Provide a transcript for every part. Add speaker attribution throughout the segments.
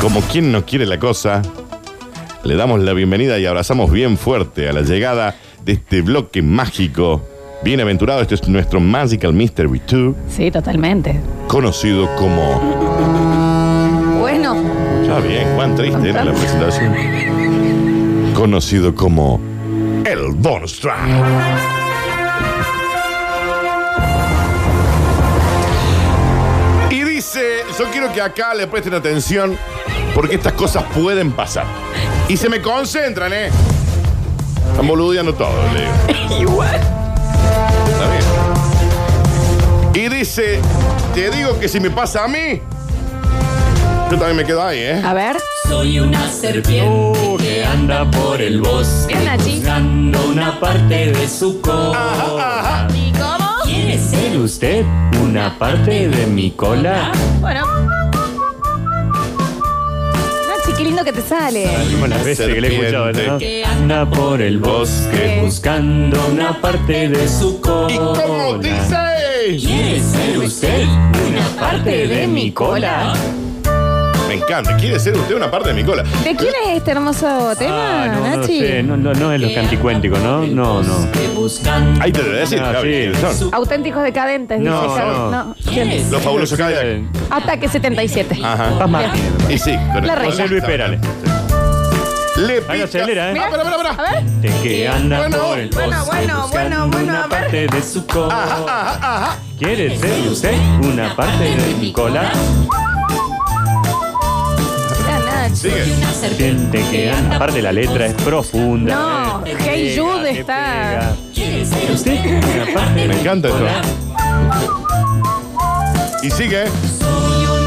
Speaker 1: Como quien no quiere la cosa, le damos la bienvenida y abrazamos bien fuerte a la llegada de este bloque mágico. Bienaventurado, este es nuestro Magical Mystery 2,
Speaker 2: Sí, totalmente.
Speaker 1: conocido como.
Speaker 2: Bueno,
Speaker 1: Ya bien, cuán triste era la presentación. Conocido como. El Bonus Track. Y dice: Yo quiero que acá le presten atención, porque estas cosas pueden pasar. Y se me concentran, ¿eh? Están boludeando todo, le digo.
Speaker 2: igual.
Speaker 1: Está bien. Y dice, te digo que si me pasa a mí, yo también me quedo ahí, ¿eh?
Speaker 2: A ver,
Speaker 3: Soy una serpiente Oh, que anda por el bosque
Speaker 2: Mira, Nachi.
Speaker 3: buscando una parte de su cola. ¿Quiere ser usted una parte de mi cola?
Speaker 2: bueno. Nachi, qué lindo que te sale.
Speaker 3: Como las veces que le he escuchado, ¿no? Que anda por el bosque buscando una parte de su cola.
Speaker 1: ¿Y cómo dice?
Speaker 3: ¿Quiere ser usted una parte de mi cola?
Speaker 1: Me encanta, quiere ser usted una parte de mi cola.
Speaker 2: ¿De quién es este hermoso tema,
Speaker 3: Ah, no, no,
Speaker 2: Nachi?
Speaker 3: sé, no, no, no es los canticuénticos, ¿no? No, no.
Speaker 1: Pero Ahí te lo voy a decir,
Speaker 3: Ah,
Speaker 1: Gaby,
Speaker 3: sí.
Speaker 1: ¿quiénes son?
Speaker 2: Auténticos decadentes, dice
Speaker 3: No,
Speaker 2: Javi.
Speaker 3: no.
Speaker 2: ¿Quién es?
Speaker 1: Los fabulosos Kayak.
Speaker 2: Ataque 77.
Speaker 1: Ajá.
Speaker 3: Paz Martínez.
Speaker 1: Y sí, con
Speaker 2: La
Speaker 1: el-
Speaker 2: reina.
Speaker 3: José Luis Perales.
Speaker 1: Le
Speaker 3: Ahí
Speaker 1: pica.
Speaker 3: lo acelera, ¿eh?
Speaker 1: Ah, pará, pará, pará.
Speaker 2: A ver.
Speaker 3: De que anda
Speaker 1: Bueno,
Speaker 3: por el bosque
Speaker 2: bueno, bueno,
Speaker 3: buscando
Speaker 2: bueno, bueno, a
Speaker 3: una
Speaker 2: ver. Ah.
Speaker 3: parte de su
Speaker 1: Ajá,
Speaker 3: cola.
Speaker 1: ajá, ajá.
Speaker 3: ¿Quiere ser usted una parte de mi cola?
Speaker 2: Mirá, Nachi.
Speaker 1: Sigue.
Speaker 3: Siente que anda. Aparte la letra es profunda.
Speaker 2: No,
Speaker 3: eh.
Speaker 2: Hey
Speaker 3: Pega,
Speaker 2: Jude
Speaker 3: te
Speaker 2: está-
Speaker 3: pega. ¿Quiere ser usted una parte de
Speaker 1: Me
Speaker 3: mi
Speaker 1: encanta esto.
Speaker 3: cola?
Speaker 1: Y sigue.
Speaker 3: Soy una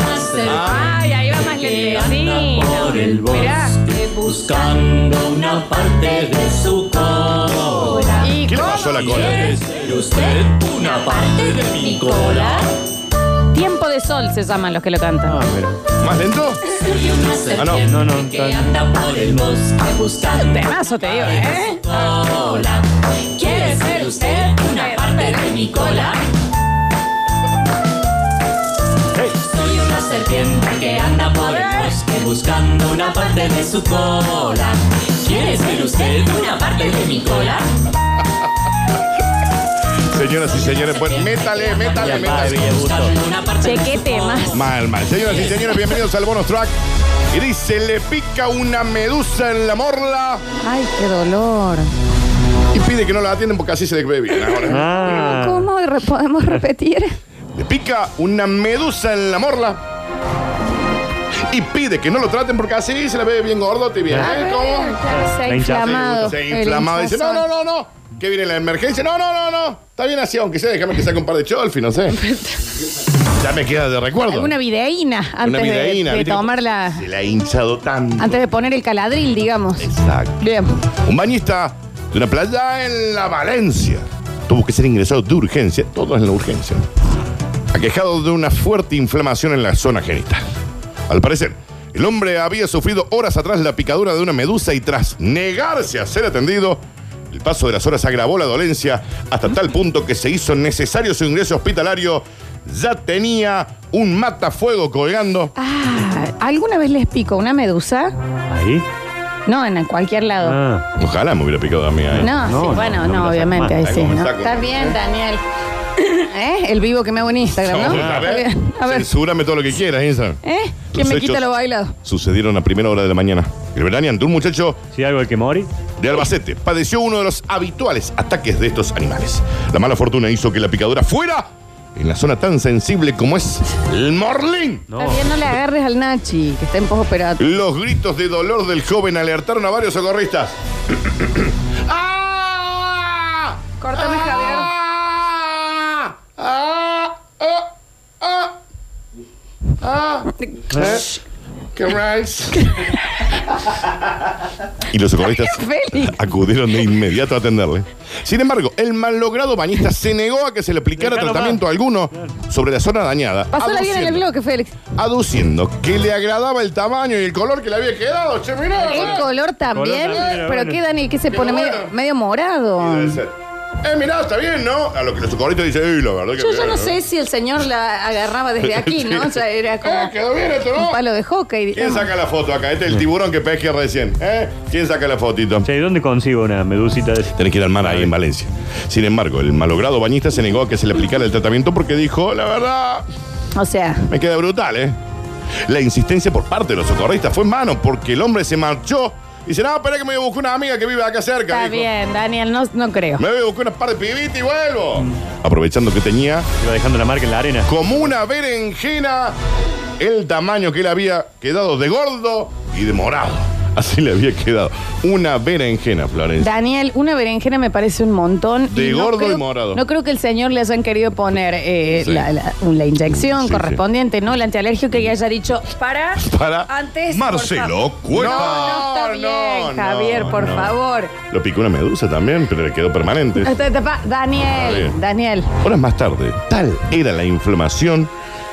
Speaker 2: Ay, ahí va más
Speaker 3: que
Speaker 2: lentecino.
Speaker 3: anda por el
Speaker 2: Mirá.
Speaker 3: bosque buscando una parte de su cola.
Speaker 2: ¿Y
Speaker 1: ¿Qué le
Speaker 2: cómo?
Speaker 1: pasó a la cola?
Speaker 3: ¿Quiere ser usted una parte de mi cola?
Speaker 2: Tiempo de sol se llaman los que lo
Speaker 3: Ah,
Speaker 2: cantan.
Speaker 3: mira.
Speaker 1: ¿Más lento? Ah, no.
Speaker 3: No, no,
Speaker 4: que
Speaker 3: tan-
Speaker 4: anda por el bosque buscando
Speaker 2: Temazo te digo, ¿eh?
Speaker 4: cola. ¿Quiere ser usted una parte de mi cola?
Speaker 1: Hey.
Speaker 4: Soy una serpiente que anda por el bosque buscando una parte de su cola. ¿Quiere ser usted una parte de mi cola?
Speaker 1: Señoras y señores, bueno, métale, métale, métale.
Speaker 4: Buscando una parte
Speaker 2: Che,
Speaker 4: de
Speaker 2: qué
Speaker 4: su
Speaker 2: temas.
Speaker 1: Mal, mal. Señoras y señores, bienvenidos al bonus track. Y dice, le pica una medusa en la morla
Speaker 2: Ay, qué dolor.
Speaker 1: y pide que no la atienden porque así se le ve bien ahora.
Speaker 3: Ah.
Speaker 2: ¿Cómo re- podemos repetir?
Speaker 1: Le pica una medusa en la morla y pide que no lo traten porque así se le ve bien gordote y bien.
Speaker 2: A
Speaker 1: ¿eh?
Speaker 2: ver,
Speaker 1: ¿Cómo?
Speaker 2: claro, se ha Ah,
Speaker 3: La hinchazón.
Speaker 2: inflamado.
Speaker 1: Se
Speaker 2: el
Speaker 1: inflamado. Dice, no,
Speaker 2: hinchazón.
Speaker 1: no, no, no. Que viene la emergencia. No, no, no, no. Está bien así, aunque sea, déjame que saque un par de cholfi, no sé. Ya me queda de recuerdo.
Speaker 2: Alguna videína antes de-
Speaker 1: videína,
Speaker 2: de,
Speaker 1: ¿viste?
Speaker 2: tomarla,
Speaker 1: Se la ha hinchado tanto.
Speaker 2: antes de poner el caladril, digamos.
Speaker 1: Exacto.
Speaker 2: Bien.
Speaker 1: Un bañista de una playa en la Valencia tuvo que ser ingresado de urgencia, todo en la urgencia, aquejado de una fuerte inflamación en la zona genital. Al parecer, el hombre había sufrido horas atrás la picadura de una medusa y tras negarse a ser atendido, el paso de las horas agravó la dolencia hasta tal punto que se hizo necesario su ingreso hospitalario. Ya tenía un matafuego colgando.
Speaker 2: Ah, ¿alguna vez les pico una medusa?
Speaker 3: Ahí.
Speaker 2: No, en cualquier lado.
Speaker 3: Ah.
Speaker 1: Ojalá me hubiera picado a mí ahí.
Speaker 2: No,
Speaker 3: No,
Speaker 2: sí,
Speaker 3: no,
Speaker 2: bueno,
Speaker 3: no me
Speaker 2: no,
Speaker 3: la
Speaker 2: obviamente, ahí
Speaker 1: más.
Speaker 3: saco
Speaker 2: sí,
Speaker 1: Ahí me
Speaker 2: ¿no?
Speaker 1: saco.
Speaker 2: Está bien, Daniel. ¿Eh? El vivo que me hago en Instagram, ¿no?
Speaker 1: A
Speaker 2: Está
Speaker 1: ver,
Speaker 2: bien. A ver.
Speaker 1: Censúrame todo lo que quieras, Instagram.
Speaker 2: ¿Eh? ¿Quién
Speaker 1: Los
Speaker 2: me
Speaker 1: hechos
Speaker 2: quita lo bailado?
Speaker 1: Sucedieron a primera hora de la mañana. El verano ante un muchacho
Speaker 3: Si algo el que mori.
Speaker 1: de Albacete padeció uno de los habituales ataques de estos animales. La mala fortuna hizo que la picadura fuera en la zona tan sensible como es el morlín.
Speaker 3: No.
Speaker 2: Está bien, no le agarres al Nachi, que está en posoperatorio.
Speaker 1: Los gritos de dolor del joven alertaron a varios socorristas. ¡Ah!
Speaker 2: Cortame, Javier.
Speaker 1: ¡Ah! ¡Ah! ¡Ah! ¡Ah! ¡Ah! ¿Eh? ¿Qué más? Y los socorristas
Speaker 2: Félix.
Speaker 1: acudieron de inmediato a atenderle. Sin embargo, el malogrado bañista se negó a que se le aplicara
Speaker 3: Dejalo,
Speaker 1: tratamiento alguno sobre la zona dañada.
Speaker 2: Pasó la bien en el
Speaker 1: aduciendo-
Speaker 2: bloque, Félix.
Speaker 1: Aduciendo que le agradaba el tamaño y el color que le había quedado. Che, mirá, ¿eh?
Speaker 2: El
Speaker 1: mirá.
Speaker 2: color también,
Speaker 3: también,
Speaker 2: pero
Speaker 3: bueno.
Speaker 2: ¿qué, Daniel? Que se
Speaker 1: Pero
Speaker 2: pone medio,
Speaker 1: bueno.
Speaker 2: medio morado.
Speaker 1: Debe ser. Eh, mirá, está bien, ¿no? A lo que el socorrito dice, "Ey, la verdad que
Speaker 2: Yo
Speaker 1: bien,
Speaker 2: ya no
Speaker 1: ¿eh?".
Speaker 2: sé si el señor la agarraba desde aquí, ¿no? O sea, era
Speaker 1: Eh,
Speaker 2: como
Speaker 1: quedó bien esto,
Speaker 2: un
Speaker 1: ¿no?
Speaker 2: palo de hockey.
Speaker 1: ¿Quién
Speaker 2: digamos.
Speaker 1: saca la foto acá? Este es el tiburón que pesqué recién. ¿Eh? ¿Quién saca la fotito?
Speaker 3: Che, ¿dónde consigo una medusita de esa?
Speaker 1: Tenés que ir al mar ahí en Valencia. Sin embargo, el malogrado bañista se negó a que se le aplicara el tratamiento porque dijo, la verdad,
Speaker 2: O sea,
Speaker 1: me queda brutal, ¿eh? La insistencia por parte de los socorristas fue en vano porque el hombre se marchó y dice, no, espera que me voy a buscar una amiga que vive acá cerca.
Speaker 2: está
Speaker 1: dijo.
Speaker 2: bien, Daniel, no, no creo.
Speaker 1: Me voy a buscar unas par de pibitas y vuelvo. Aprovechando que tenía
Speaker 3: Iba dejando la marca en la arena.
Speaker 1: como una berenjena el tamaño que le había quedado de gordo y de morado. Así le había quedado. Una berenjena, Florencia.
Speaker 2: Daniel, una berenjena me parece un montón.
Speaker 1: De gordo y
Speaker 2: creo-
Speaker 1: morado.
Speaker 2: No creo que el señor le hayan querido poner eh,
Speaker 1: Sí.
Speaker 2: la, la- la inyección
Speaker 1: Sí,
Speaker 2: correspondiente, ¿no? El antialérgico y haya dicho, para,
Speaker 1: Para
Speaker 2: antes. por
Speaker 1: Marcelo
Speaker 2: favor".
Speaker 1: Cueca.
Speaker 2: No, no está
Speaker 1: No,
Speaker 2: bien,
Speaker 1: no,
Speaker 2: Javier, por
Speaker 1: no.
Speaker 2: favor.
Speaker 1: Lo picó una medusa también, pero le quedó permanente.
Speaker 2: Hasta- hasta- pa- Daniel,
Speaker 1: bien.
Speaker 2: Daniel.
Speaker 1: Horas más tarde, tal era la inflamación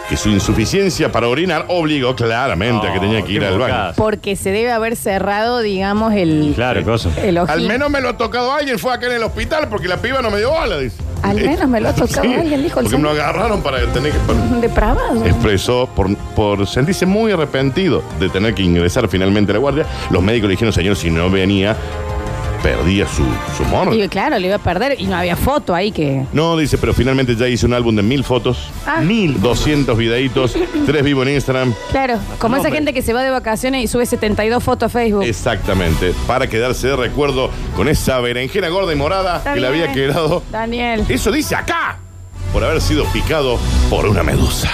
Speaker 1: que su insuficiencia para orinar obligó claramente a que tenía que ir
Speaker 3: qué
Speaker 1: al baño.
Speaker 3: bocas.
Speaker 2: Porque se debe haber cerrado, digamos, el,
Speaker 3: Claro, cosa.
Speaker 2: el ojín.
Speaker 1: Al menos me lo ha tocado alguien, fue acá en el hospital porque la piba no me dio bola, dice. Eh,
Speaker 2: Al menos me lo ha tocado alguien, dijo el
Speaker 1: Porque me lo
Speaker 2: señor.
Speaker 1: agarraron para tener que. para-
Speaker 2: Depravado.
Speaker 1: expresó por, por sentirse muy arrepentido de tener que ingresar finalmente a la guardia. Los médicos le dijeron, señor, si no venía, perdía su, su morro.
Speaker 2: Y claro, le iba a perder y no había foto ahí que.
Speaker 1: No, dice, pero finalmente ya hice un álbum de mil fotos,
Speaker 2: Ah.
Speaker 1: mil, doscientos videitos, tres vivo en Instagram.
Speaker 2: Claro, como esa
Speaker 3: hombre.
Speaker 2: gente que se va de vacaciones y sube 72 fotos a Facebook.
Speaker 1: Exactamente, para quedarse de recuerdo con esa berenjena gorda y morada
Speaker 2: Está
Speaker 1: que le
Speaker 2: bien.
Speaker 1: había quedado.
Speaker 2: Daniel.
Speaker 1: Eso dice acá, por haber sido picado por una medusa.